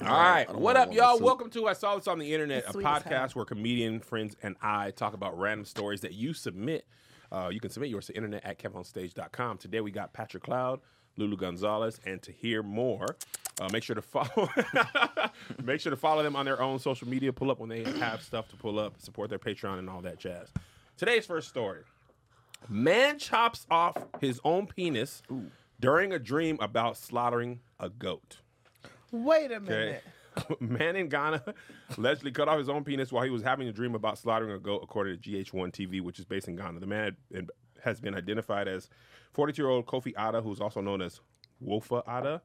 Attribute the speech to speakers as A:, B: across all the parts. A: All right. What up, y'all? Welcome to I Saw This on the Internet, a podcast where comedian friends and I talk about random stories that you submit. Uh, you can submit yours to internet at kevonstage.com. Today we got Patrick Cloud, Lulu Gonzalez, and to hear more, uh, make sure to follow make sure to follow them on their own social media, pull up when they have stuff to pull up, support their Patreon and all that jazz. Today's first story. Man chops off his own penis during a dream about slaughtering a goat.
B: Wait a
A: Okay.
B: minute.
A: Man in Ghana allegedly cut off his own penis while he was having a dream about slaughtering a goat, according to GH1 TV, which is based in Ghana. The man had been, has been identified as 42 year old Kofi Ada, who's also known as Wofa Ada.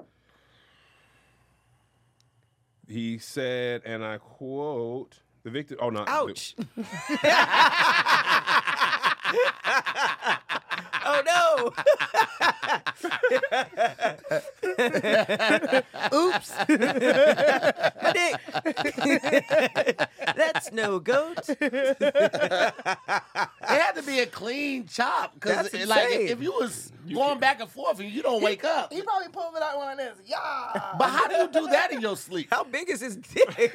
A: He said, and I quote, the victim, oh no.
B: Ouch.
C: Oh no! Oops! My dick. That's no goat.
D: It had to be a clean chop because,
C: That's
D: like,
C: insane.
D: if you was going back and forth and you don't wake up,
B: He probably pulled it out one of this. Yeah.
D: but how do you do that in your sleep?
C: How big is his dick?
B: hey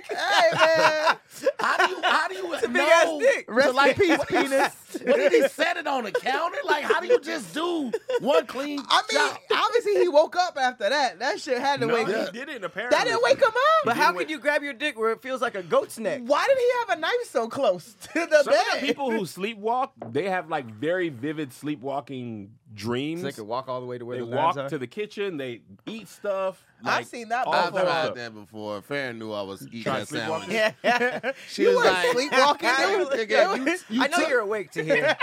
B: man.
D: How do you? How do you? It's a
C: big ass dick.
B: Rest in peace, penis.
D: What did he set it on the counter? Like, how do you just do one clean
B: I mean,
D: chop?
B: obviously he woke up after that. That shit had to
A: No,
B: wake
A: he
B: up.
A: didn't apparently.
B: That didn't wake him up.
C: But how can you grab your dick where it feels like a goat's neck?
B: Why did he have a knife so close to the
A: Some of
B: bed?
A: the people who sleepwalk, they have like very vivid sleepwalking dreams.
C: walk all the way to where
A: they walk to the kitchen, they eat stuff.
B: I've seen that
A: all
D: I've
A: that
B: before.
A: stuff.
D: tried that before. Farron knew I was eating
A: Tried
D: a sandwich.
A: sleepwalking?
D: She
B: You
D: was
B: were
D: like,
B: sleepwalking.
C: I,
B: dude.
C: know- I know
D: took-
C: you're awake to hear.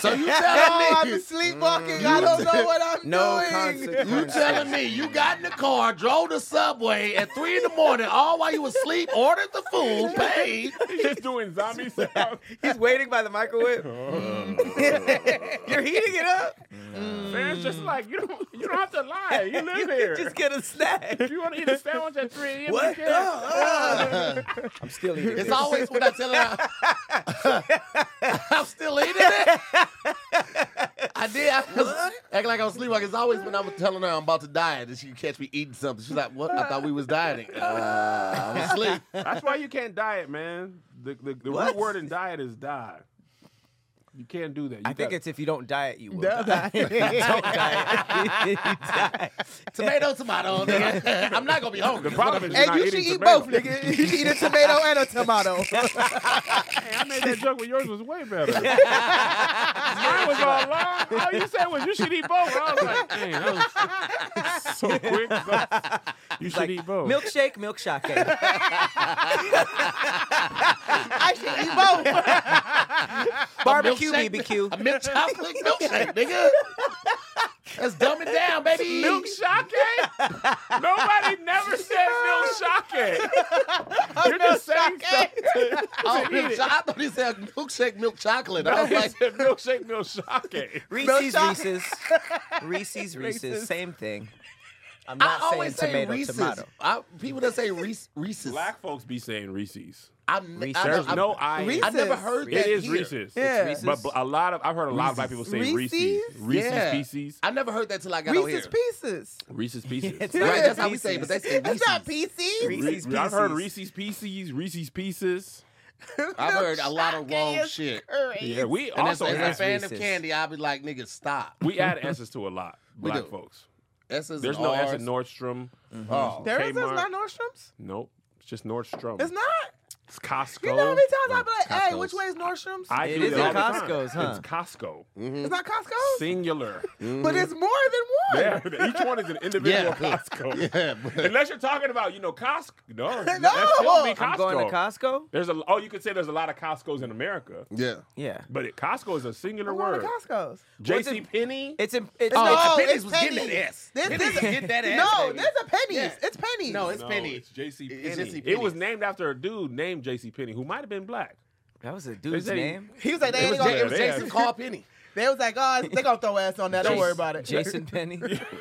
D: So you
B: Oh,
D: telling
B: I'm
D: me?
B: sleepwalking. I don't know what I'm
C: Mm. No
B: doing.
C: consequence.
D: You telling me you got in the car, drove to Subway at three in the morning, all while you was asleep, ordered the food, paid.
A: He's just doing zombie sounds.
C: He's waiting by the microwave. you're heating it up.
A: Man, it's just like you don't you don't have to lie. You live here.
C: Just get a snack.
A: if you want to eat a sandwich at 3 a.m.,
C: What?
A: you can.
C: I'm still eating.
D: It's
C: this.
D: always when I tell her I- I'm still eating it. I did. I was acting like I was sleepwalking. It's always when I'm telling her I'm about to diet and she catch me eating something. She's like, "What? I thought we was dieting.
C: Ah.
D: Uh, I was asleep."
A: That's why you can't diet, man. The, the, the root
C: What?
A: word in diet is die. You can't do that. You
C: I think
A: gotta-
C: it's if you don't diet, you will.
B: No.
C: die. If you don't diet. you die.
D: Tomato, tomato. nigga. I'm not gonna be hungry.
A: the problem is you're
B: Hey,
A: not
B: you should
A: eating
B: eat
A: tomato.
B: both, nigga. You should eat a tomato and a tomato.
A: Hey, I made that joke, but yours was way better. Mine was all long. All you said was you should eat both. I was like, dang, that was so quick. So- you should
C: Like,
A: eat both.
C: milkshake, milkshake.
B: I should eat both.
C: Barbecue,
D: milkshake-
C: BBQ.
D: A milk chocolate milkshake, nigga. Let's dumb it down, baby.
A: Milk sake? Nobody never said milk sake. You're just saying stuff.
D: Oh, milk cho- I thought he said milkshake, milk chocolate. I was
A: Nobody
D: like,
A: said milkshake, milk sake.
C: Reese's,
B: Milkshake.
C: Reese's. Reese's, Reese's. Same thing. I'm
D: I
C: not saying
D: always say
C: tomato,
D: Reese's.
C: tomato.
D: I, people that say Reese, Reese's.
A: Black folks be saying Reese's.
D: I'm,
C: Reese's.
D: I,
A: There's
D: I,
A: no
D: I,
A: I. in
B: Reese's.
A: it.
D: never heard
A: It
D: that
A: is
D: here.
A: Reese's.
B: Yeah.
C: Reese's.
A: But a lot of I've heard a lot of black people
B: Reese's.
A: say Reese's,
B: Reese's?
A: Reese's
D: Yeah.
A: pieces,
D: I never heard that till I got over
B: Reese's
D: here.
B: Pieces.
A: Reese's pieces.
C: It's
B: Yeah.
C: not
D: Right, that's how we say it, but
C: Reese's.
D: they say Reese's.
B: It's not PC.
A: Re-
C: Reese's
A: I've heard
C: Pieces.
A: Reese's pieces, Reese's pieces.
D: I've heard a lot of wrong shit.
A: Yeah, we
D: And as,
A: also
D: as
A: add,
D: a
C: that's-
D: fan of
C: Reese's.
D: candy, I'll be like, nigga, stop.
A: we add S's to a lot, black
D: do.
A: folks.
D: S's
A: There's
D: and
A: no S
D: R's.
A: in Nordstrom.
D: Oh.
B: There is
A: Kmart.
B: not Nordstrom's.
A: Nope, it's just Nordstrom.
B: It's not.
A: It's Costco.
B: You know how many times I've been like, hey,
D: Costco's.
B: which way is Nordstrom's?
A: I
C: It
A: do
C: is
A: that
C: in
A: all the time.
C: Costco's, huh?
A: It's Costco.
B: it's not Costco's,
A: Singular.
B: but it's more than one.
A: Yeah, each one is an individual
D: Yeah.
A: Costco.
D: Yeah, but-
A: Unless you're talking about, you know, Costco. No, that
B: No.
A: still be Costco.
C: I'm going to Costco.
A: There's a oh, you could say there's a lot of Costcos in America,
D: Yeah.
C: Yeah.
A: but it, Costco is a singular
B: I'm going
A: word.
B: to Costco's.
C: What's
A: J.C.
C: it-
A: Penney.
C: It's in. It's
B: No,
C: not.
B: it's
D: Penny's was getting
B: Penny's.
D: that ass.
B: This-
D: Penny's
B: this-
D: get that ass.
B: No,
D: baby.
B: there's a pennies.
D: Yeah.
B: It's pennies.
C: Oh,
D: No, it's
A: no,
D: Penny.
A: it's J.C.
D: It's
A: Penney.
D: J.C.
A: It was
D: Penney's.
A: named after a dude named J.C. Penney who might have been black.
C: That was a dude's
A: They say-
C: name.
B: he was like, they
D: It
B: ain't
D: was,
B: gonna.
D: J- it was
A: Yeah.
D: Jason Carl Penny.
B: They was like, oh, they gonna throw ass on that. Don't
C: Jason-
B: worry about it.
C: Jason Penny.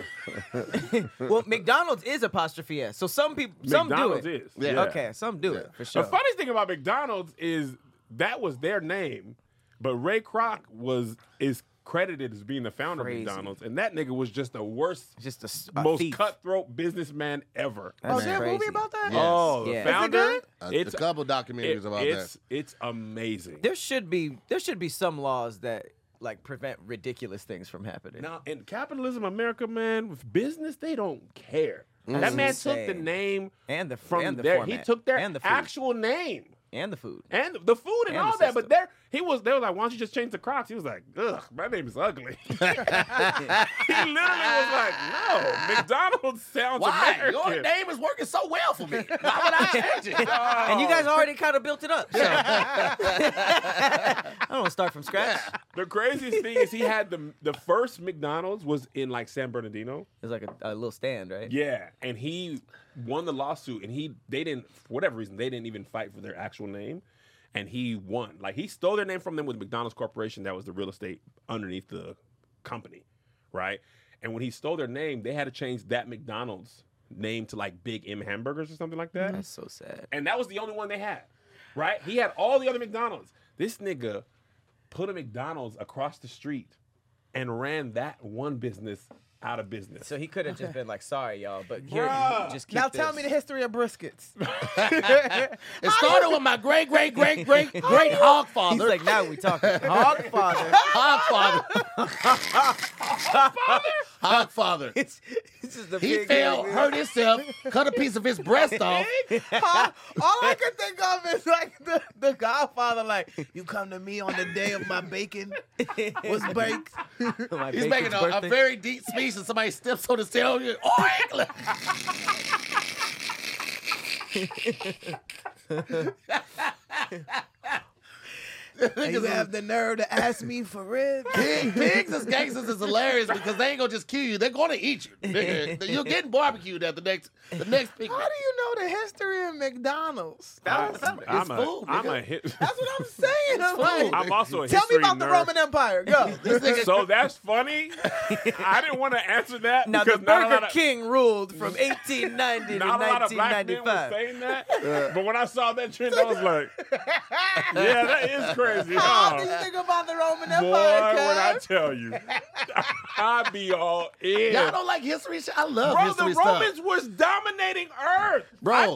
C: well, McDonald's is apostrophe s, so some people some
A: McDonald's
C: do it.
A: is.
D: Yeah.
C: Okay, some do it for sure.
A: The funniest thing about McDonald's is that was their name, but Ray Kroc was is credited as being the founder
C: Crazy.
A: of McDonald's, and that nigga was just the worst,
C: Just a, s- a
A: most
C: thief.
A: cutthroat businessman ever.
B: Oh,
C: That's
B: is there a movie
C: crazy.
B: about that?
D: Yeah.
A: Oh, the
C: Yes. Is it
A: founder.
B: good?
D: A,
A: It's
D: Uh, a couple documentaries
A: it-
D: about
A: it's
D: that.
A: it's amazing.
C: There should be there should be some laws that like prevent ridiculous things from happening.
A: Now, in capitalism, America, man, with business, they don't care. that man took the
C: insane.
A: name
C: And the
A: from
C: and the
A: their. He
C: format.
A: took their
C: and the food.
A: actual name
C: and the food.
A: and the food and,
C: And the
A: all that. But
C: system.
A: there, he was. They were like, "Why don't you just change the Crocs?" He was like, "Ugh, my name is ugly." he literally was like, "No, McDonald's sounds
D: Why? Your
A: American."
D: name is working so well for me. Why would I change it?
C: And you guys already kind of built it up. So. I don't want to start from scratch.
A: The craziest thing is he had the the first McDonald's was in like San Bernardino.
C: It's like a, a little stand, right?
A: Yeah, and he won the lawsuit, and he they didn't for whatever reason they didn't even fight for their actual name, and he won. Like he stole their name from them with McDonald's Corporation, that was the real estate underneath the company, right? And when he stole their name, they had to change that McDonald's name to like Big M Hamburgers or something like that,
C: That's so sad.
A: and that was the only one they had, right? He had all the other McDonald's. This nigga put a McDonald's across the street and ran that one business out of business.
C: So he could have just been like, "Sorry, y'all," but here,
A: Bruh.
C: just keep
B: Now tell
C: this.
B: me the history of briskets.
D: It started with my great, great, great, great, great hog
C: He's
D: father.
C: like, "Now we talking." Hogfather.
D: Hog father. Hog father.
C: It's, it's just the
D: He
C: big
D: fell,
C: man.
D: hurt himself, cut a piece of his breast off.
B: Huh? All I can think of is like the, the Godfather, like you come to me on the day of my bacon was baked.
C: My
D: He's
C: bacon's
D: making a, a
C: birthday.
D: very deep speech, and somebody steps on his tail. and you're, Oh, England!
B: you have the nerve to ask me for ribs.
D: Pig, pigs as gangsters is hilarious because they ain't gonna just kill you; they're gonna eat you. nigga. You're getting barbecued at the next the next pig.
B: How do you know the history of McDonald's?
A: I,
B: That's,
A: am a,
D: food,
A: I'm
D: nigga.
A: a hit.
B: that's what I'm saying. I'm
D: food.
B: like,
A: I'm also a
B: tell me
A: history
B: about the
A: nerd.
B: Roman Empire. Go.
D: This nigga,
A: So that's funny. I didn't want to answer that
C: Now the
A: because not a lot
C: Burger
A: of
C: King ruled from 1890 to
A: not a lot of black men were
C: 1995.
A: saying that. But when I saw that trend, I was like, "Yeah, that is crazy."
B: How do you
A: huh?
B: think about the Roman
A: Boy, when
B: Empire?
A: I
B: cuz?
A: tell you, I be all in.
D: y'all don't like history. shit? I love
A: Bro, the
D: history
A: Romans
D: stuff.
A: was dominating Earth.
D: Bro.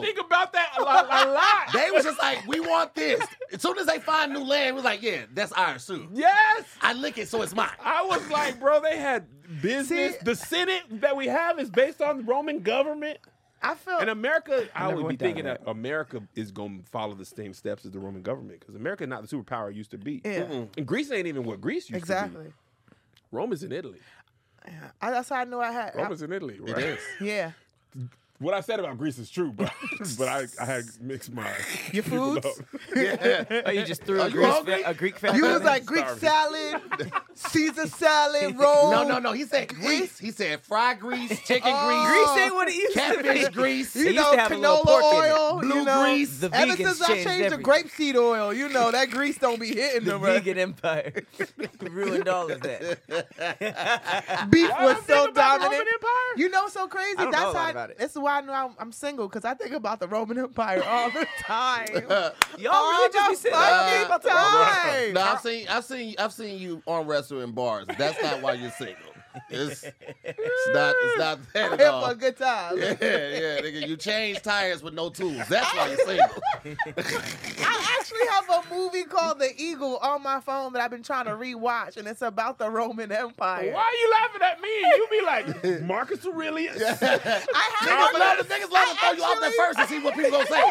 A: I think about that a lot. A lot.
D: They was just like, we want this. As soon as they find new land, we're like, yeah, that's ours too.
A: yes.
D: I lick it, so it's mine.
A: I was like, bro, they had business.
B: See-
A: the Senate that we have is based on the Roman government.
B: I feel
A: And America, I,
C: never
A: would be
C: went down
A: thinking
C: that
A: that America is going to follow the same steps as the Roman government because America not the superpower it used to be.
B: Yeah.
A: And Greece ain't even what Greece used to be.
B: exactly.
A: Rome is in Italy.
B: I, that's how I knew I had.
A: Rome is in Italy, right?
B: yeah.
A: What I said about Greece is true, but, but I, I had mixed my
B: Your foods.
C: Oh, you just threw
D: Are
C: a
D: you
C: Greek,
D: hungry?
C: fa- a Greek family.
B: You was
C: in?
B: like Greek salad, Caesar salad, roll.
D: No, no, no. He said grease. He said fry grease, chicken
B: Oh.
D: grease,
C: Greece ain't what it used
D: catfish
C: to be.
D: grease.
C: It
B: You
C: used
B: know,
C: to have a little
B: canola
C: pork in it.
B: oil,
D: Blue
B: you know.
D: grease.
C: The
B: Ever
C: vegans
B: since I
C: changed
B: changed
C: everything.
B: to grapeseed oil, you know that grease don't be hitting
C: The
B: them. right?
C: vegan empire ruined all of that.
B: Beef
A: Why
B: was
A: I'm
B: so
A: thinking about the
B: dominant.
A: Roman Empire?
B: You know, what's so crazy.
C: I don't know
B: That's
C: a lot
B: how.
C: about it.
B: That's why I know I'm, I'm single because I think about the Roman Empire all the time.
C: Y'all
B: all
C: really Oh, just be
B: the
C: sitting there
B: fucking
C: about the
B: time.
D: No, I've seen, I've seen, I've seen you arm wrestle in bars. That's not why you're single. It's, it's not, it's not that
B: I'm
D: at
B: here
D: all.
B: for a good time.
D: yeah, yeah, nigga, you change tires with no tools. That's why you're single.
B: I actually have a movie called The Eagle on my phone that I've been trying to rewatch, and it's about the Roman Empire.
A: Why are you laughing at me? You be like, Marcus Aurelius.
B: I
D: Niggas
B: have.
D: love, to- niggas love to throw you off the first and see what people gonna say.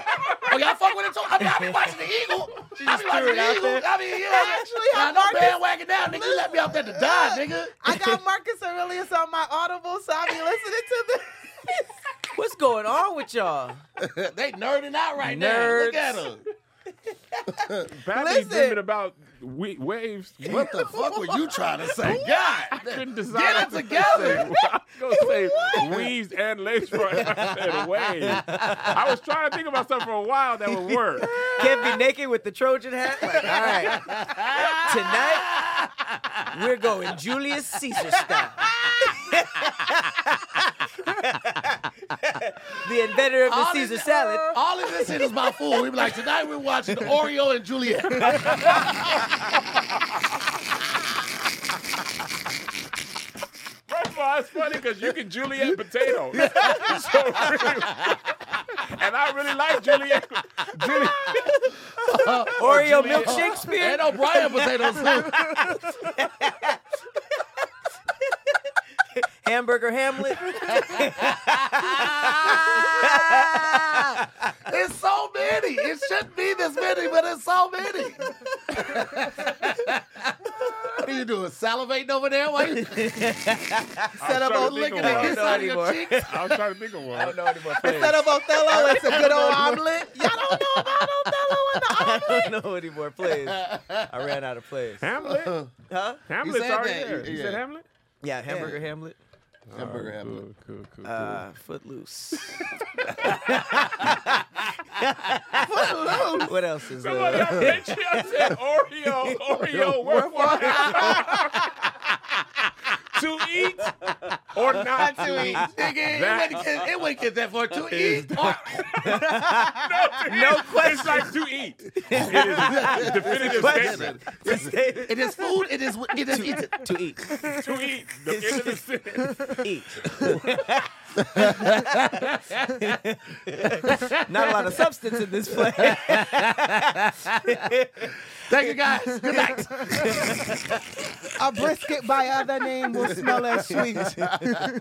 D: Oh, y'all fuck with it too? I mean, I be watching the Eagle. I be watching
C: threw it
D: the
C: out
D: Eagle.
C: there.
D: I mean, you
B: I actually
D: know, I
B: have
D: know
B: Marcus-
D: bandwagon down, nigga. You left me out there to die, nigga.
B: I got Marcus Aurelius on my Audible, so I be listening to this.
C: What's going on with y'all?
D: they nerding out right now. Look
C: Nerds.
D: at them.
A: Badly
B: Listen.
A: dreaming about we- waves.
D: What the fuck were you trying to say? God.
A: couldn't
D: Get
A: decide.
D: it together.
A: I was gonna say weaves and lace front. I said waves. I was trying to think about something for a while that would work.
C: Can't be naked with the Trojan hat. Like, all right, tonight we're going Julius Caesar style. the inventor of the
D: All
C: Caesar
D: this-
C: salad.
D: All of this shit is my fool. We be like, tonight we're watching Oreo and Juliet.
A: no, it's funny because you can Juliet potatoes. so really, and I really like Juliet. Juliet.
C: Oreo milk Shakespeare.
D: And O'Brien potatoes.
C: Hamburger Hamlet.
D: it's so many. It shouldn't be this many, but it's so many. what are you doing? Salivating over there? Why you
A: Set
B: up old liquor
C: I don't
B: It's
C: know
D: out of your
C: anymore.
D: cheeks?
A: I was trying to think of one. I don't know anymore.
B: Instead of Othello, it's a good old omelet. Y'all don't know about Othello and the
C: I don't know anymore plays. I ran out of plays.
A: Hamlet?
C: Huh?
A: Hamlet's
D: Uh-huh. said
A: already
D: that.
A: there.
D: You-
A: You said
D: yeah.
A: Hamlet?
C: Yeah, Hamburger Hamlet.
D: Hamburger Hamlet.
A: Cool, cool, cool.
C: Uh, Footloose.
B: omelet.
C: what else is
A: Somebody
B: uh,
A: I
C: there?
A: bet you I said Oreo. Oreo, wherefore to eat or not to eat.
D: Nigga, it wouldn't get- it wouldn't get that far to eat.
A: No question. It's like to eat. It is a definitive statement.
D: It is food. It is. It is eaten.
C: to eat.
A: To eat. The end of the sentence.
C: Eat. Not a lot of substance in this play.
D: Thank you guys. Good night.
B: A brisket by other name will smell as sweet.
A: Shahir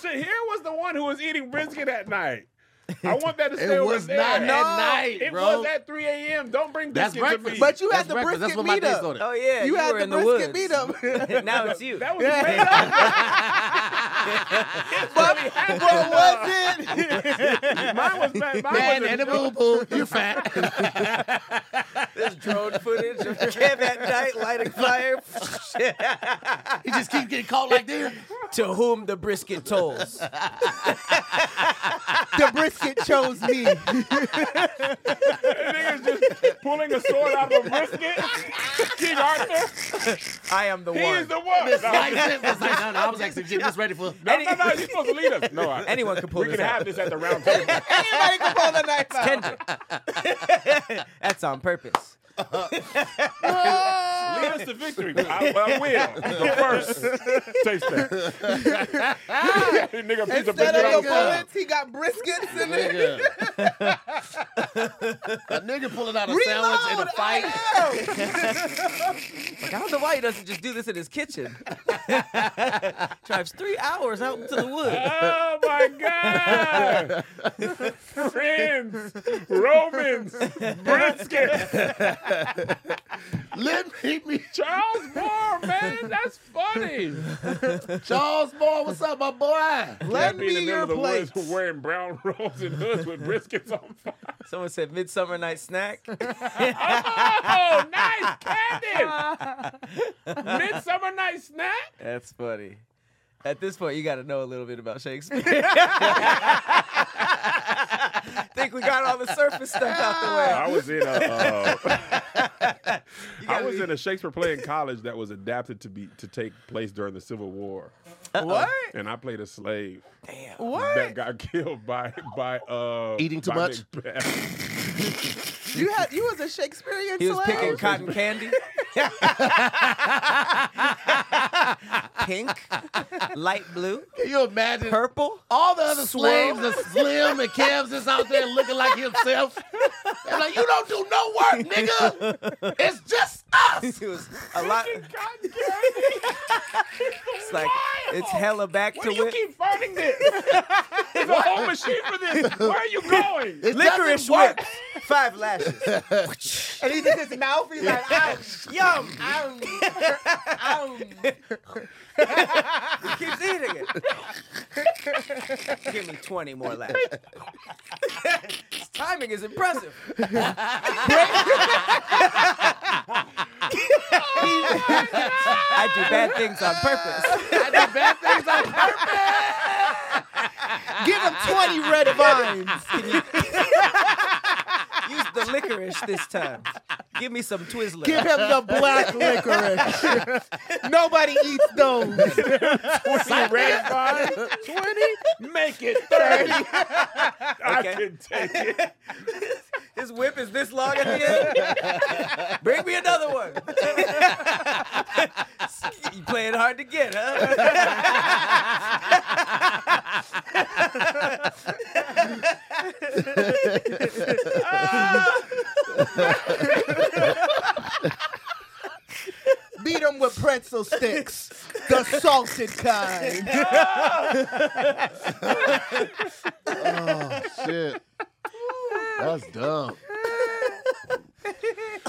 A: was the one who was eating brisket that night. I want that to stay
D: It
A: over
D: was
A: there.
D: not
A: No,
D: at night,
A: It
D: bro.
A: was at 3 a.m. Don't bring
D: That's
A: brisket to me.
D: breakfast.
B: But you had
D: That's
B: the
D: breakfast. That's what
B: brisket
D: my
B: meat
D: days
B: up.
D: ordered.
C: Oh yeah,
B: You,
C: you,
B: had
C: were
B: the
C: in the
B: brisket
C: woods.
B: meat up.
C: Now it's you.
A: that was made up.
B: but what was it?
A: Mine was mine
D: Man,
A: was
D: and the boo boo. You're fat.
C: There's drone footage of Kev at night lighting fire.
D: You just keep getting caught like this.
C: to whom the brisket tolls.
B: the brisket chose me.
A: niggas just pulling a sword out of a brisket. King Arthur,
C: I am the
A: he
C: one.
A: is the one.
D: It's
A: No,
D: like this. It's like, no, no, I was actually just ready for.
A: no, no, no, you're supposed to lead us. No, I,
C: Anyone can pull
A: we
C: this
A: can
C: out.
A: have this at the round table.
B: Anybody can pull the knife out.
C: Kendrick. That's on purpose.
A: Lead us to victory. I, I will. The first taste that. nigga, piece of
B: Instead of your
A: brisket. out
B: bullets, he got briskets in it.
D: Nigga. a nigga pulling out a
B: Reload.
D: sandwich in a fight.
B: I am.
C: Like, I don't know why he doesn't just do this in his kitchen. Drives three hours out into the woods.
A: Oh my God! Friends, Romans, brisket,
D: Let me meet
A: Charles Moore, man, that's funny.
D: Charles Moore. What's up, my boy?
B: Let
A: Be in the
B: me
A: middle
B: your
A: of the
B: plate.
A: woods wearing brown robes and hoods with briskets on fire.
C: Someone said midsummer night snack.
A: Oh, nice, Candace! Midsummer Night Snack?
C: That's funny. At this point, you got to know a little bit about Shakespeare. Think we got all the surface stuff out the way.
A: I was in a, uh,
C: You
A: I
C: gotta
A: was
C: be-
A: in a Shakespeare play in college that was adapted to be to take place during the Civil War,
B: What?
A: and I played a slave. that
B: What?
A: got killed by by uh
D: Eating too
A: by
D: much?
A: Macbeth.
B: You had you was a Shakespearean
C: He was
B: slave?
C: picking cotton candy. Pink, light blue,
D: Can you imagine?
C: purple.
D: All the other slaves are slim and Kev's just out there looking like himself. I'm like, you don't do no work, nigga. It's just us.
C: It was a lot.
A: God damn it.
C: It's like it's hella back
A: Why
C: to
A: do you
C: it.
A: keep finding this? There's a whole machine for this. Where are you going?
D: It
C: Licorice
D: doesn't work.
C: whip, five lashes.
B: and he's in his mouth. He's like, ouch,
C: Yum.
B: ouch, ouch.
C: He keeps eating it. Give me twenty more lashes. His timing is impressive. I do bad things on purpose.
D: I do bad things on purpose.
B: Give him twenty red vines.
C: Use the licorice this time. Give me some Twizzlers.
B: Give him the black licorice. Nobody eats those.
A: Twenty red vines. Twenty. Make it thirty. I
C: Okay.
A: can take it.
C: His whip is this long at the end. Bring me another one. you play it hard to get, huh?
B: Beat them with pretzel sticks, the salted kind.
D: Oh shit. That's dumb.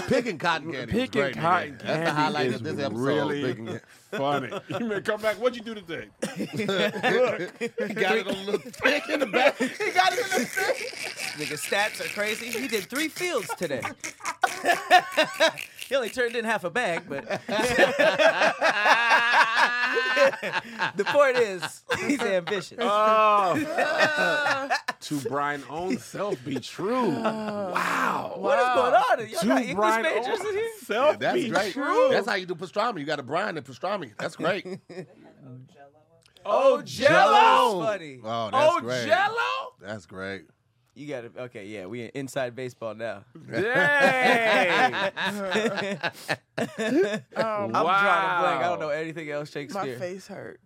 D: Picking cotton candy. was
A: Picking
D: great, nigga.
A: cotton
D: That's
A: candy
D: the highlight
A: is
D: of this episode.
A: really
D: picking-
A: Funny. You may come back. What'd you do today?
D: He got it a little thick in the back.
B: he got it in the face.
C: Nigga, stats are crazy. He did three fields today. he only turned in half a bag, but the point is, he's ambitious.
A: Oh. to Brian own self be true. wow.
C: what is going on? Y'all Uh, got
A: To
C: English
A: Brian
C: majors in here?
A: own self
D: That's
A: be
D: great.
A: true.
D: That's how you do pastrami. You got to brine the pastrami. That's great.
A: oh,
C: Jello. Funny.
D: Oh, that's
A: Oh,
D: great.
A: Jello.
D: That's great.
C: You got to okay. Yeah, we in inside baseball now.
A: Dang.
C: I'm
A: wow.
C: drawing a blank. I don't know anything else
B: My
C: Shakespeare.
B: Oh, face hurt.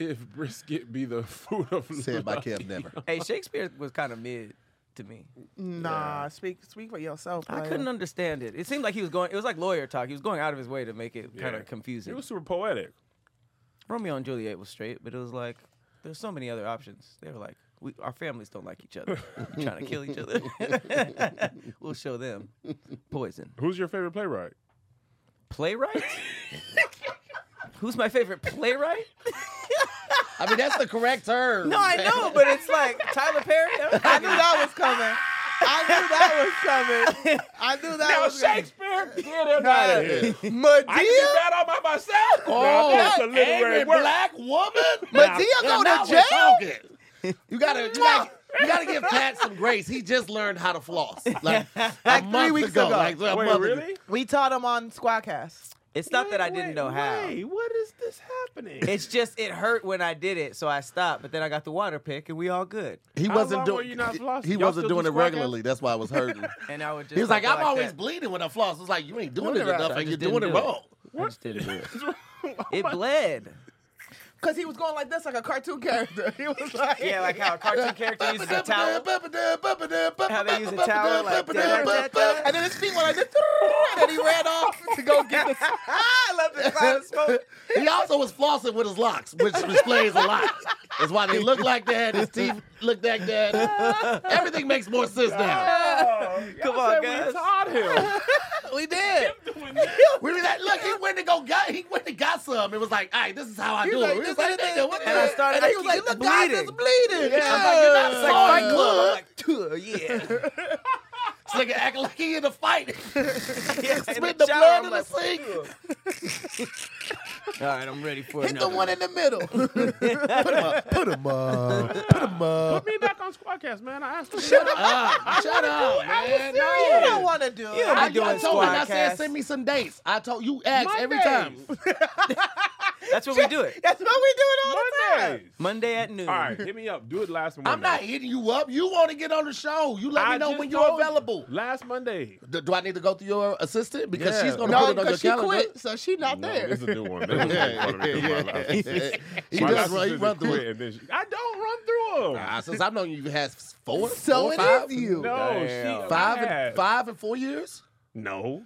A: If brisket be the food of
D: Said by
A: love.
D: Kev Never.
C: Hey, Shakespeare was kind of mid to me.
B: Nah, speak speak for yourself.
C: I
B: player.
C: couldn't understand it. It seemed like he was going. It was like lawyer talk. He was going out of his way to make it kind
A: Yeah.
C: of confusing.
A: It was super poetic.
C: Romeo and Juliet was straight, but it was like there's so many other options. They were like, we, our families don't like each other. We're trying to kill each other. we'll show them poison.
A: Who's your favorite playwright?
C: Playwright? Who's my favorite playwright?
D: I mean, that's the correct term.
C: No, I know, but it's like Tyler Perry. I don't
B: I knew that was coming. I knew that was coming. I knew that
A: Now
B: was coming.
A: Shakespeare, get him out of here. I can
B: Medea,
A: get mad all by myself.
D: Oh,
A: Now, that's a
D: that
A: literary
D: angry
A: work.
D: black woman.
B: Medea
D: Now-
B: go
D: now
B: to
D: we're
B: jail.
D: talking. You gotta, you gotta, you gotta give Pat some grace. He just learned how to floss like a
B: three
D: month
B: weeks
D: ago.
B: ago.
D: Like, a
A: Wait,
D: month
A: really?
B: We taught him on Squadcast.
C: It's not that I didn't know how.
A: Wait, what is this happening?
C: It's just it hurt when I did it, so I stopped. But then I got the water pick, and we all good.
D: He
A: How
D: wasn't
A: long were
D: doing.
A: you not flossing?
D: He
A: Y'all
D: wasn't
A: still
D: doing
A: do
D: it
A: squat
D: regularly. That's why I was hurting.
C: And I would just
D: He was like, "I'm always
C: that.
D: bleeding when I floss." It's like you ain't doing
C: Wonder
D: it
C: about
D: enough,
C: that. I
D: and you're
C: just didn't
D: doing it
C: do it.
D: wrong.
C: I just didn't do it. It bled.
B: Because he was going like this, like a cartoon character. He was like,
C: Yeah, like how a cartoon character uses a towel.
D: How
C: How they use a towel, like, da-da-da-da.
B: and then his feet went like this, and then he ran off to go get the. I love the cloud of smoke.
D: He also was flossing with his locks, which displays a lot. That's why they look like that. His teeth look like that. Everything makes more sense now.
A: Oh,
C: Come
A: y'all
C: on,
A: said
C: guys.
A: We taught him.
B: We did.
D: We were like, look, he went to go got, he went to got some. It was like, all right, this is how I
B: He
D: do
B: was
D: it.
B: like,
D: We was
B: this
D: like,
B: is it.
D: nigga, what the
C: And I started-
B: And then he was like, look, guys,
C: Bleeding.
B: it's bleeding.
D: Yeah. I'm
C: It's like
D: like,
C: Fight Club. I'm like, "Tuh,
D: Sorry,
C: yeah.
D: This nigga acting like he in a fight.
C: yeah in
D: Spit
C: the
D: the
C: shower,
D: blood
C: I'm
D: in the
C: like,
D: sink.
C: All right, I'm ready for
B: Hit the
C: another
B: one in the middle.
D: Put him up. Put him up.
A: Put me back on Squadcast, man. I asked him.
D: Uh, Shut up, man.
B: you don't want to do it.
C: Yeah.
D: I,
C: be doing
D: I told him, I
C: Squadcast.
D: said, send me some dates. I told you, ask every time.
A: Mondays.
C: That's what we do it.
B: That's what we do it all the time.
A: Mondays.
C: Monday at noon.
A: All right, hit me up. Do it last Monday.
D: I'm not hitting you up. You want to get on the show. You let
A: I
D: me know
A: just
D: when you're
A: told you.
D: available.
A: Last Monday.
D: Do, do I need to go through your assistant? Because
A: Yeah.
D: she's going to
B: No,
D: put it on your
B: because she
D: calendar.
B: quit, so she not
A: No,
B: there.
A: this is a new one. This is making fun of me 'cause my last-
D: he
A: my
D: does
A: last
D: run, he
A: assistant
D: run through
A: quit
D: it.
A: and then she- I don't run through them.
D: Nah, since I've known you, you had four,
B: So
D: four,
B: it
D: five,
B: is you.
A: no, she
C: Damn.
D: five,
A: mad.
D: and, five and four years,
A: No,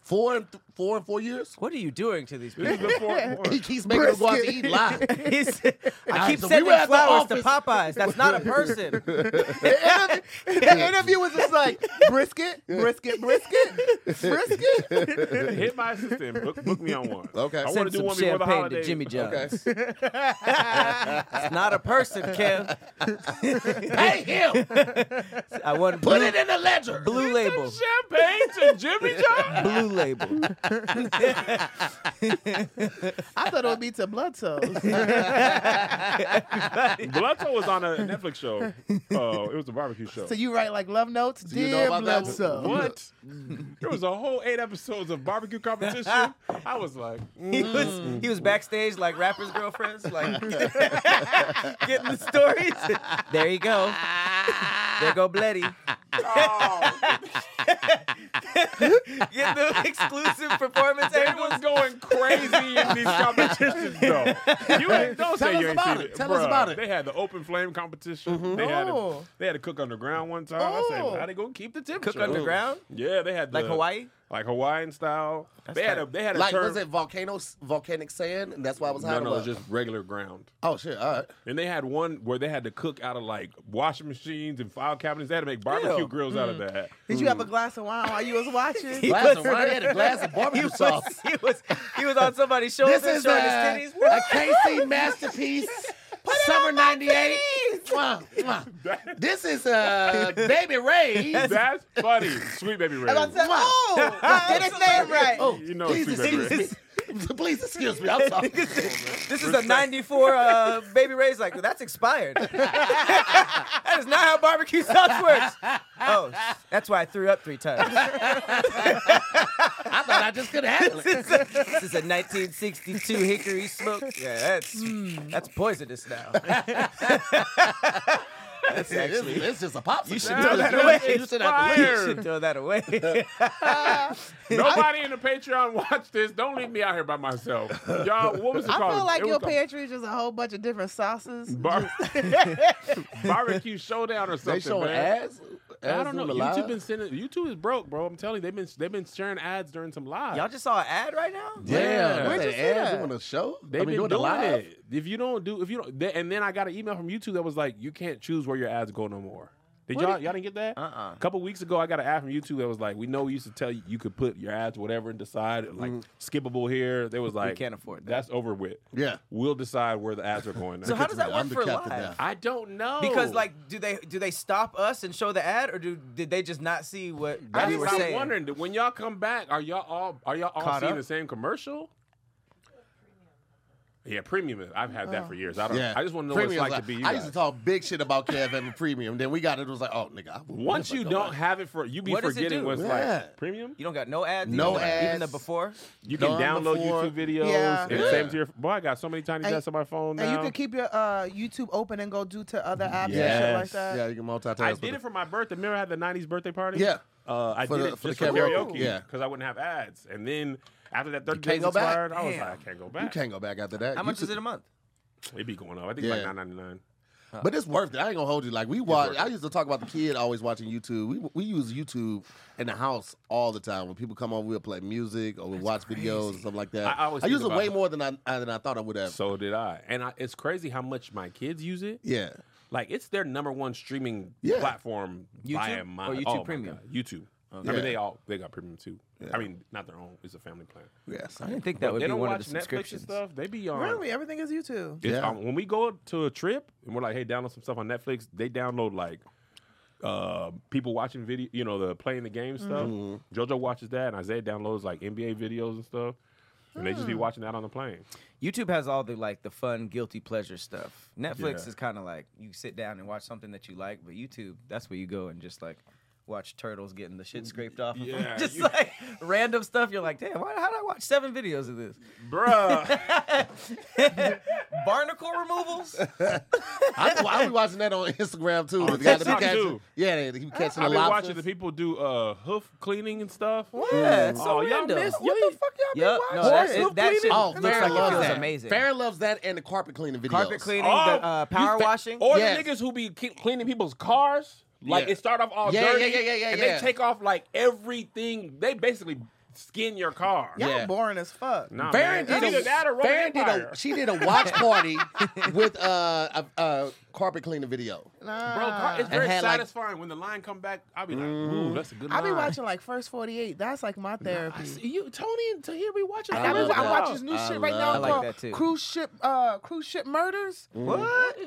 D: four and th- four and four years.
C: What are you doing to these
A: this is
C: people?
A: the fourth
D: He
A: one.
D: keeps making us go out to eat live.
C: He's, I
D: right,
C: keep
D: so we
C: sending
D: were at the
C: flowers to
D: office.
C: Popeyes. That's not a person.
B: the, interview, the interview was just like brisket, brisket, brisket, brisket.
A: Hit my assistant. Book, book me on one.
D: Okay.
A: I want to
C: Send
A: do
C: some
A: one before the
C: champagne to
A: holidays.
C: Jimmy John's.
D: Okay.
C: It's not a person, Kev.
D: Pay him.
C: I want
D: Put
C: blue,
D: it in the ledger.
C: blue label.
A: Champagne to Jimmy John's.
C: Blue label.
B: I thought it would be to blood cells.
A: Blunto was on a Netflix show. Oh, it was a barbecue show.
B: So you write like love notes,
D: you
B: dear
D: know about
B: blood
D: that?
B: cells.
A: what? There was a whole eight episodes of barbecue competition. I was like,
C: He was he was backstage like rappers' girlfriends, like getting the stories. There you go. There go Bloody.
A: oh,
C: Get the exclusive performance.
A: They
C: angle.
A: was going crazy in these competitions, though. You ain't, don't
D: Tell
A: say
D: us
A: you ain't
D: about
A: seen
D: it. Tell us about it.
A: They had the open flame competition. They had a,
C: Oh.
A: they had to cook underground one time. I said,
C: Oh.
A: how they gonna keep the temperature?
C: Cook underground?
A: Yeah, they had the,
C: Like Hawaii?
A: like Hawaiian style. they had a
C: tight.
A: they had a
D: Like,
A: term.
D: was it volcano, volcanic sand? And that's why it was
A: no,
D: hot.
A: no,
D: or
A: it's
D: what?
A: just regular ground.
D: Oh shit! All right.
A: And they had one where they had to cook out of like washing machines and file cabinets. They had to make barbecue
C: Ew.
A: grills out of
B: Mm.
A: that.
B: Did you have a glass of wine while you was watching?
C: He
D: Glass of
C: was-
D: wine, he had a glass of
C: He
D: barbecue
C: was,
D: sauce.
C: he was he was on somebody's shoulders
D: This is a,
C: showing his titties.
D: a KC masterpiece. Summer '98. This is uh, Baby Ray.
A: That's funny, sweet baby Ray.
B: I said, oh, I did his name right.
D: Oh,
A: You know
D: please
A: it's Sweet Baby
D: excuse me. please excuse me. I'm sorry.
C: This is a 94 uh, Baby Ray's like, that's expired. that is not how barbecue sauce works. Oh, sh- that's why I threw up three times.
D: I thought I just couldn't handle it.
C: this is a 1962 hickory smoke. Yeah, that's
D: Hmm.
C: that's poisonous now.
D: It's, actually, it's just a popsicle. You
C: should
A: throw that away.
D: You should
A: It's
D: not-
C: you should throw that away.
A: Nobody in the Patreon watch this. Don't leave me out here by myself. Y'all, what was it
B: I
A: called?
B: feel like
A: It was
B: your
A: called
B: pantry is just a whole bunch of different sauces.
A: Bar- barbecue showdown or something.
D: They showing
A: man.
D: ads.
A: I don't
D: Ads
A: know.
D: on the live?
A: YouTube been sending. YouTube is broke, bro. I'm telling you, they've been they've been sharing ads during some live.
C: Y'all just saw an ad right now?
D: Damn,
A: Where'd
D: they
B: you
D: had
B: see
D: ads
B: that?
D: doing a show.
A: They've
D: I mean,
A: been doing
D: doing, the live.
A: it. If you don't do, if you don't, they, and then I got an email from YouTube that was like, you can't choose where your ads go no more. Did y'all y'all didn't get that?
C: Uh-uh.
A: A couple weeks ago, I got an ad from YouTube that was like, we know we used to tell you you could put your ads whatever and decide like skippable here. They was like,
C: Mm-hmm. can't afford that.
A: That's over with.
D: Yeah.
A: we'll decide where the ads are going.
C: So how does that
D: I'm
C: work
D: the
C: for
D: captain
C: live?
D: now. Oh.
A: I don't know
C: Because like, do they do they stop us and show the ad, or do did they just not see what
A: That's
C: we were
A: what I'm
C: saying?
A: wondering. When y'all come back, are y'all all are y'all all
C: Caught
A: seeing
C: up?
A: the same commercial? Yeah, premium. is- I've had
C: Oh.
A: that for years. I don't.
D: Yeah,
A: I just want to know what it's
D: Premium's
A: like, to be you. guys.
D: I used to talk big shit about Kev having premium. Then we got it. It was like, oh nigga. I wouldn't
A: Once
D: give a
A: you
D: fuck
A: don't
D: about it.
A: have it for, you be
C: What does it
A: forgetting
C: do?
A: what's
D: Yeah.
A: like premium.
C: You don't got no ads.
D: No
C: even the- Even the
D: ads.
C: before.
A: You can
D: Done
A: download
D: before.
A: YouTube videos
B: Yeah.
A: and
D: Yeah.
A: save them to your. Boy, I got so many tiny
B: And-
A: ads on my phone now.
B: And you can keep your uh, YouTube open and go do to other apps and shit like
A: Yes.
B: that.
D: Yeah, you can multitask.
A: I
D: with
A: did it for my birthday. Remember, I had the '90s birthday party.
D: Yeah.
A: uh, I
D: For
A: did
D: the-
A: it
D: for the
A: just for
D: karaoke.
A: karaoke.
D: Yeah.
A: because I wouldn't have ads. And then after that 30
D: can't
A: days
D: go back.
A: expired, I was
C: Damn.
A: like, I can't go
D: You
A: back.
D: can't go back after that.
C: How
D: You
C: much
D: took-
C: is it a month?
A: It'd be going up. I think
D: Yeah.
A: it's like 9.99.
D: But it's worth it. I ain't gonna hold you. Like we watch.
A: worth
D: I
A: it.
D: used to talk about the kid always watching YouTube. We we use YouTube in the house all the time. When people come over, we'll play music or we'll watch videos and stuff like that.
A: I always
D: I
A: think
D: use it
A: about
D: way
A: it.
D: more than I I- than I thought I would have.
A: So did I. And I, it's crazy how much my kids use it.
D: yeah,
A: Like it's their number one streaming
D: Yeah.
A: platform by
C: YouTube
A: a mile.
C: or YouTube
A: Oh, my
C: Premium?
A: God. YouTube. I
D: Yeah.
A: mean, they all they got premium too. I mean, not their own. It's a family plan.
D: yeah.
C: I didn't think that would
A: they
C: be
A: don't
C: one
A: watch
C: of the
A: Netflix and
C: subscriptions.
A: stuff. They be on.
B: Really, everything is YouTube.
A: It's
D: Yeah.
A: on- when we go to a trip and we're like, hey, download some stuff on Netflix. They download like uh, people watching video, you know, the playing the game stuff.
D: Mm-hmm.
A: JoJo watches that, and Isaiah downloads like NBA videos and stuff. And they just
C: Hmm.
A: be watching that on the plane.
C: YouTube has all the like the fun guilty pleasure stuff. Netflix
A: Yeah.
C: is kind of like you sit down and watch something that you like, but YouTube that's where you go and just like watch turtles getting the shit scraped off. of them.
A: Yeah,
C: just
A: you-
C: like random stuff. You're like, damn, why, how did I watch seven videos of this?
A: Bruh.
C: Barnacle removals.
D: I, well, I be watching that on Instagram too. with the that
A: TikTok,
D: be catching,
A: too.
D: Yeah, they, they keep catching
A: I've been
D: the lobsters.
A: watching the people do uh, hoof cleaning and stuff.
D: Mm.
C: Yeah, it's so
A: oh, y'all
C: random.
A: missed.
B: What the fuck y'all
C: Yep,
B: been
C: no,
B: watching?
C: that's it.
A: Horse
C: That shit
A: poop
D: Oh,
C: looks
D: Farrah
C: like it
D: loves
C: feels
D: that.
C: amazing.
D: Farrah loves that and the carpet cleaning videos.
C: Carpet cleaning, the uh,
A: Oh, you
C: power
A: fa-
C: washing.
A: Or
D: Yes.
A: the niggas who be ke- cleaning people's cars. Like
D: Yeah.
A: it start off all
D: Yeah, yeah,
A: dirty.
D: yeah, yeah, yeah,
A: And
D: yeah.
A: they take off like everything. They basically skin your car.
B: Y'all
D: Yeah.
B: boring as fuck.
A: Nah, man.
D: Farron
A: It's
D: did,
A: either
D: a,
A: that or Roman
D: Farron did
A: Empire.
D: a she did a watch party with uh, a, a carpet cleaning video.
B: Nah.
A: Bro, car, it's very
D: had, like- Mm-hmm.
A: satisfying when the line come back. I'll be like, ooh, that's a good
B: I
A: line.
B: be watching like First 48. That's like my therapy.
A: I see you, Tony, and Tahir be watching.
D: I
B: I,
D: love
B: be, I
D: that.
B: watch this new
D: I
B: shit right
D: love
B: now
C: I
D: that.
C: like
B: called
C: that too.
B: Cruise Ship uh, Cruise Ship Murders.
A: What?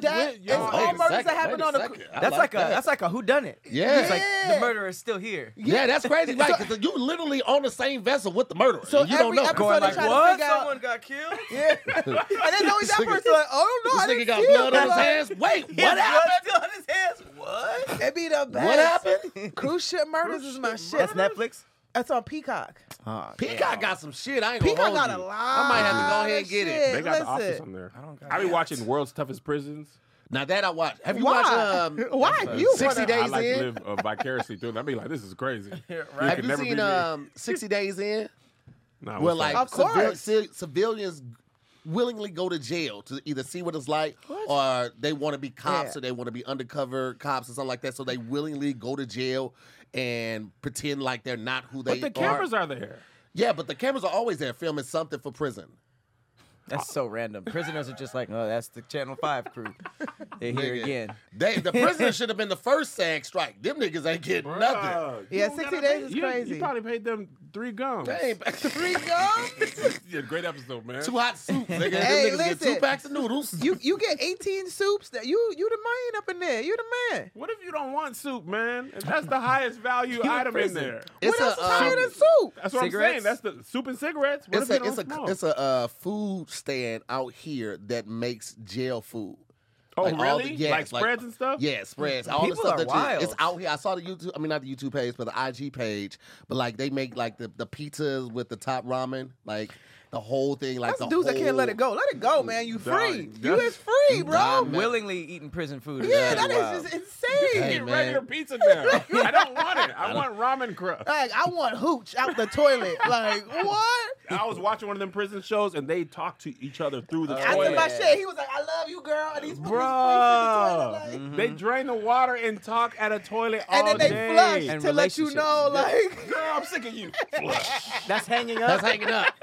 B: That
A: Wait,
B: is
A: y'all-
D: Wait
B: all
D: a
B: murders
D: second,
B: that
D: wait
B: happened
D: a
B: on the
D: second. I
C: That's
D: like
C: like, a
D: that.
C: that's like a whodunit.
D: Yeah.
C: It's like the
B: Yeah.
C: murderer is still here.
D: Yeah, that's crazy, right? Because you literally on the same vessel with the murderer. So you don't
B: every
D: know.
B: episode
C: Going
B: they
C: like,
B: try to
C: what?
B: figure out-
C: Someone got killed.
B: Yeah. and then always that
D: This nigga-
B: person like, oh no,
D: this
B: I
D: nigga
B: didn't
D: got
B: see
D: blood
B: him.
D: on his
B: Like,
D: hands. Wait,
C: His
D: what
C: blood
D: happened?
C: Still on his hands. What?
B: It be the best.
D: What happened?
B: Cruise Ship Murders is my shit.
C: That's Netflix.
B: That's on Peacock.
C: Ah,
D: Peacock got some shit. I ain't gonna
B: Peacock
D: hold
B: got
D: you.
B: a lot.
D: I might have to go ahead and
B: of
D: get it.
B: shit.
A: They got the
B: Listen.
A: office on there.
C: don't got
A: I be
C: it.
A: watching World's Toughest Prisons.
D: Now that I watched. Have you
B: Why?
D: watched um,
B: Why? You
D: 60
B: wanna-
D: Days
A: I like to
D: In?
A: live uh, vicariously through them. I'd be like, this is crazy.
B: right.
D: Have you seen um, 60 Days In?
A: nah,
D: Where
A: what's that?
D: like
B: Of
D: civil-
B: course.
D: ci- civilians willingly go to jail to either see what it's like or they want to be cops
B: Yeah.
D: or they want to be undercover cops or something like that. So they willingly go to jail and pretend like they're not who they
A: but the cameras are there.
D: Yeah, but the cameras are always there filming something for prison.
C: That's so random. Prisoners are just like, oh, that's the Channel Five crew. They're here
D: Nigga.
C: again.
D: They the prisoners should have been the first SAG strike. Them niggas ain't getting nothing.
A: Bruh,
B: Yeah,
A: you
B: 60
A: gotta
B: days
A: pay-
B: is
A: you-
B: crazy.
A: You probably paid them three gums.
D: They ain't
B: Three gums?
A: yeah, great episode, man.
D: Two hot soups, nigga. Them
B: Hey,
D: niggas get two
B: listen.
D: packs of noodles.
B: You you get 18 soups. That you you the man up in there. You the man.
A: What if you don't want soup, man? And that's the highest value item in
C: prison.
A: there.
D: It's
B: what else
D: a,
B: is higher
D: um,
B: than soup?
A: That's what
C: Cigarettes?
A: I'm saying. That's the soup and cigarettes. What
D: it's
A: if
D: a
A: you
D: it's
A: don't
D: a
A: smoke?
D: it's a uh, food stand out here that makes jail food.
A: oh,
D: like, all the-
A: really?
D: yeah,
A: like
D: it's like-
A: spreads and stuff?
D: Yeah, spreads all the
C: People
D: stuff
C: are
D: that
C: wild.
D: You, it's out here. I saw the YouTube. I mean, not the YouTube page, but the IG page. But like they make like the, the pizzas with the top ramen, like the whole thing. Like
B: That's
D: the
B: dudes that can't let
D: whole-
B: it go. Let it go, man. You
A: Dog,
B: free. You
A: that's-
B: is free,
D: Nah, man.
B: bro.
C: Willingly eating prison food.
B: Yeah, that
C: really
B: is
C: wild.
B: just insane.
D: Hey,
A: Get
D: man.
A: regular pizza now. I don't want it. I want ramen crust.
B: Like I want hooch out the toilet. Like what?
A: I was watching one of them prison shows and they talk to each other through the
B: Uh, I did my
A: toilet.
B: shit. He was like, "I love you, girl." And he's
A: Bruh.
B: Like,
A: They drain the water and talk at a toilet
B: and
A: all
B: then they
A: day.
B: flush
C: And
B: to let you
C: relationships.
B: know, like,
A: Girl, I'm sick of you. Flush.
C: That's hanging up.
D: That's hanging up.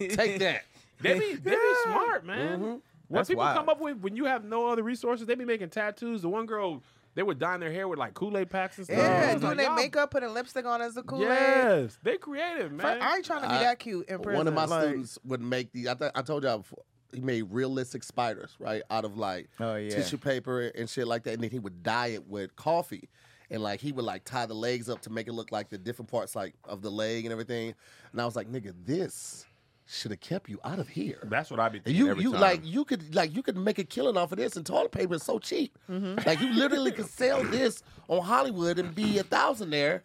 D: Take that.
A: They be, they be smart, man. What
C: That's
A: people
C: wild.
A: come up with when you have no other resources, they be making tattoos. The one girl, they would dye their hair with like Kool Aid packs and stuff.
B: yeah,
A: I was
B: doing
A: like,
B: their
A: y'all-
B: makeup, putting lipstick on as a Kool Aid.
A: Yes, they creative, man.
B: I ain't trying to be
D: I-
B: that cute in prison.
D: One of my
B: like,
D: students would make the. I, th- I told y'all before. He made realistic spiders, right, out of like
C: Oh, yeah.
D: tissue paper and shit like that, and then he would dye it with coffee, and like he would like tie the legs up to make it look like the different parts like of the leg and everything. And I was like, nigga, this should have kept you out of here.
A: That's what I be
D: And
A: thinking
D: you
A: every
D: you
A: time.
D: like you could like you could make a killing off of this, and toilet paper is so cheap.
B: Mm-hmm.
D: Like you literally could sell this on Hollywood and be a thousandaire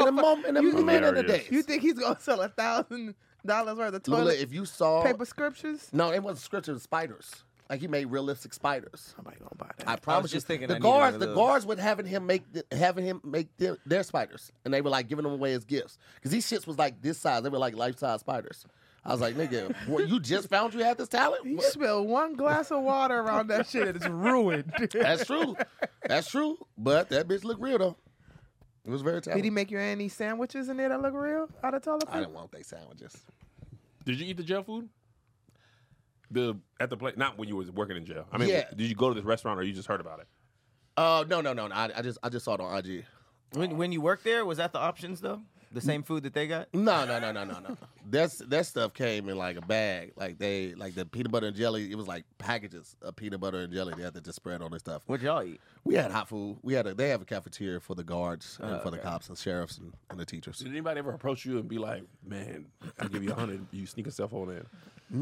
D: in a moment, in a minute of
A: Hilarious.
D: days.
B: Oh, you think he's gonna sell a thousand dollars worth of
D: Lula,
B: toilet
D: if you saw
B: paper scriptures?
D: no, it wasn't scripture. It was spiders. Like he made realistic spiders.
B: Somebody gonna buy
D: I
B: that.
D: promise
C: just
D: you.
C: thinking I
D: the
C: needed one
D: guards,
C: of
D: the
C: those.
D: guards would having him make the, having him make their, their spiders, and they were like giving them away as gifts because these shits was like this size. They were like life size spiders. I was like, nigga, what, you just found you had this talent.
B: You
D: What?
B: spill one glass of water around that shit, and it's ruined.
D: That's true. That's true. But that bitch looked real though. It was very
B: Did he
D: talented.
B: make you any sandwiches in there that look real out of toilet
D: I
B: paper?
D: didn't want they sandwiches.
A: Did you eat the jail food? The at the place, not when you was working in jail. I mean,
D: Yeah.
A: did you go to this restaurant or you just heard about it?
D: Oh no no no no! I, I just I just saw it on IG.
C: When, when you worked there, was that the options though? The same food that they got?
D: No, no, no, no, no, no. That's that stuff came in like a bag. Like they like the peanut butter and jelly, it was like packages of peanut butter and jelly they had to just spread on this stuff.
C: What y'all eat?
D: We had hot food. We had a they have a cafeteria for the guards and for the cops and sheriffs and, and the teachers.
A: Did anybody ever approach you and be like, "Man, I'll give you a hundred, you sneak a cell phone in"?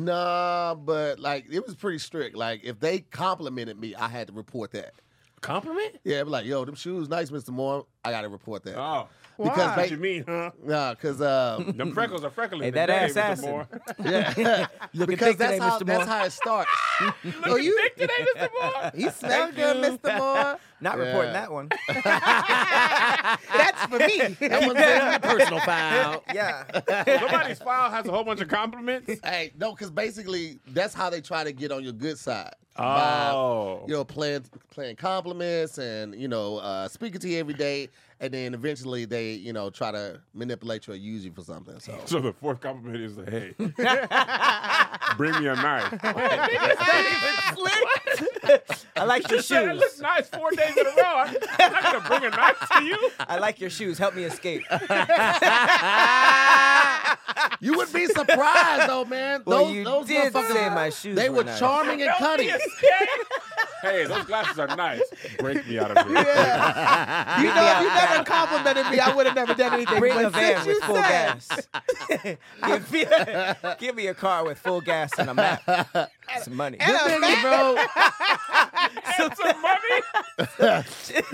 D: Nah, but like it was pretty strict. Like if they complimented me, I had to report that.
A: Compliment?
D: Yeah, I'd be like, yo, them shoes nice, Mr. Moore. I gotta report that.
A: Oh,
D: Because
B: Why?
A: what
D: they-
A: you mean, huh?
D: Nah, cause uh,
A: Them freckles are freckling.
C: Hey,
A: today,
C: that
A: Mr.
C: ass assassin.
A: Moore.
D: yeah, because
C: thick today,
D: that's how
C: Mr. Moore.
D: that's how it starts.
A: You Looking
B: you-
A: thick today, Mr. Moore.
B: He smelled good, Mr. Moore.
C: Not
D: Yeah.
C: reporting that one.
B: That's for me.
D: That was a personal foul.
B: yeah.
A: Somebody's file has a whole bunch of compliments.
D: Hey, no, because basically that's how they try to get on your good side.
A: Oh.
D: By, you know, playing playing compliments and you know uh, speaking to you every day, and then eventually they you know try to manipulate you or use you for something. So
A: So the fourth compliment is, "Hey, bring me a knife."
C: I like your
A: Said it
C: shoes.
A: looks nice four days in a row. I'm I'm not gonna bring a knife to you.
C: I like your shoes. Help me escape.
D: you would be surprised though, man.
C: Well,
D: those
C: you
D: those
C: did
D: motherfuckers,
C: say my shoes
D: they
C: were,
D: were
C: nice.
D: charming and cunning.
A: hey, those glasses are nice. Break me out of here.
B: You know, if you never complimented me, I would have never done anything.
C: Bring
B: but
C: a van
B: since you
C: with full
B: said,
C: gas. give, me a, give me a car with full gas and a map. Some money.
B: And a
D: Really,
B: man,
D: bro.
A: Have some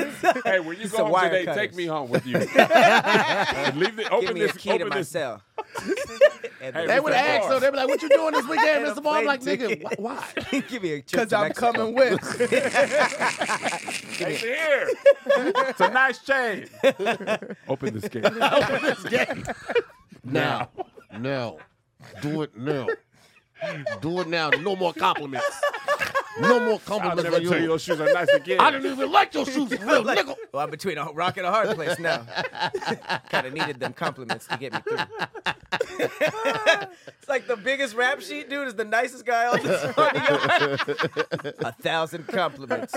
A: money. hey, when you
C: It's
A: go
C: a
A: home
C: wire
A: today,
C: cutters.
A: take me home with you. Leave the,
C: Give
A: open
C: me a
A: this.
C: key to
A: open
C: my
A: this.
C: cell.
A: Hey,
C: And
D: They
C: then-
D: would
A: Mr.
D: ask,
A: Barnes.
D: so they'd be like, "What you doing this
C: And
D: weekend,
C: a
D: Mr. Ball?" I'm
C: plane
D: like, "Nigga,
C: ticket.
D: wh- why?"
C: give me a trip
B: Because
C: to
B: I'm
C: Mexico.
B: coming with.
A: It's here. it's a nice shade. Open this gate.
D: Now, now, do it now. Do it now. No more compliments. No more
A: I'll
D: compliments
A: never
D: for
A: tell you
D: you.
A: those shoes are nice again.
D: I didn't even like your shoes, for real
C: Like,
D: nigga.
C: well, I'm between a rock and a hard place now. kind of needed them compliments to get me through. it's like the biggest rap sheet, dude, is the nicest guy on the on the yard. A thousand compliments.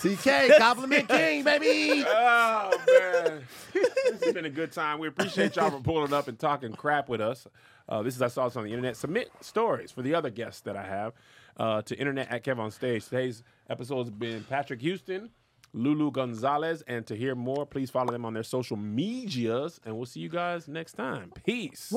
D: TK, compliment king, baby.
A: Oh man, this has been a good time. We appreciate y'all for pulling up and talking crap with us. Uh, this is I saw this on the internet. Submit stories for the other guests that I have uh, to internet at Kev on Stage. Today's episode has been Patrick Houston, Lulu Gonzalez, and to hear more, please follow them on their social medias. And we'll see you guys next time. Peace.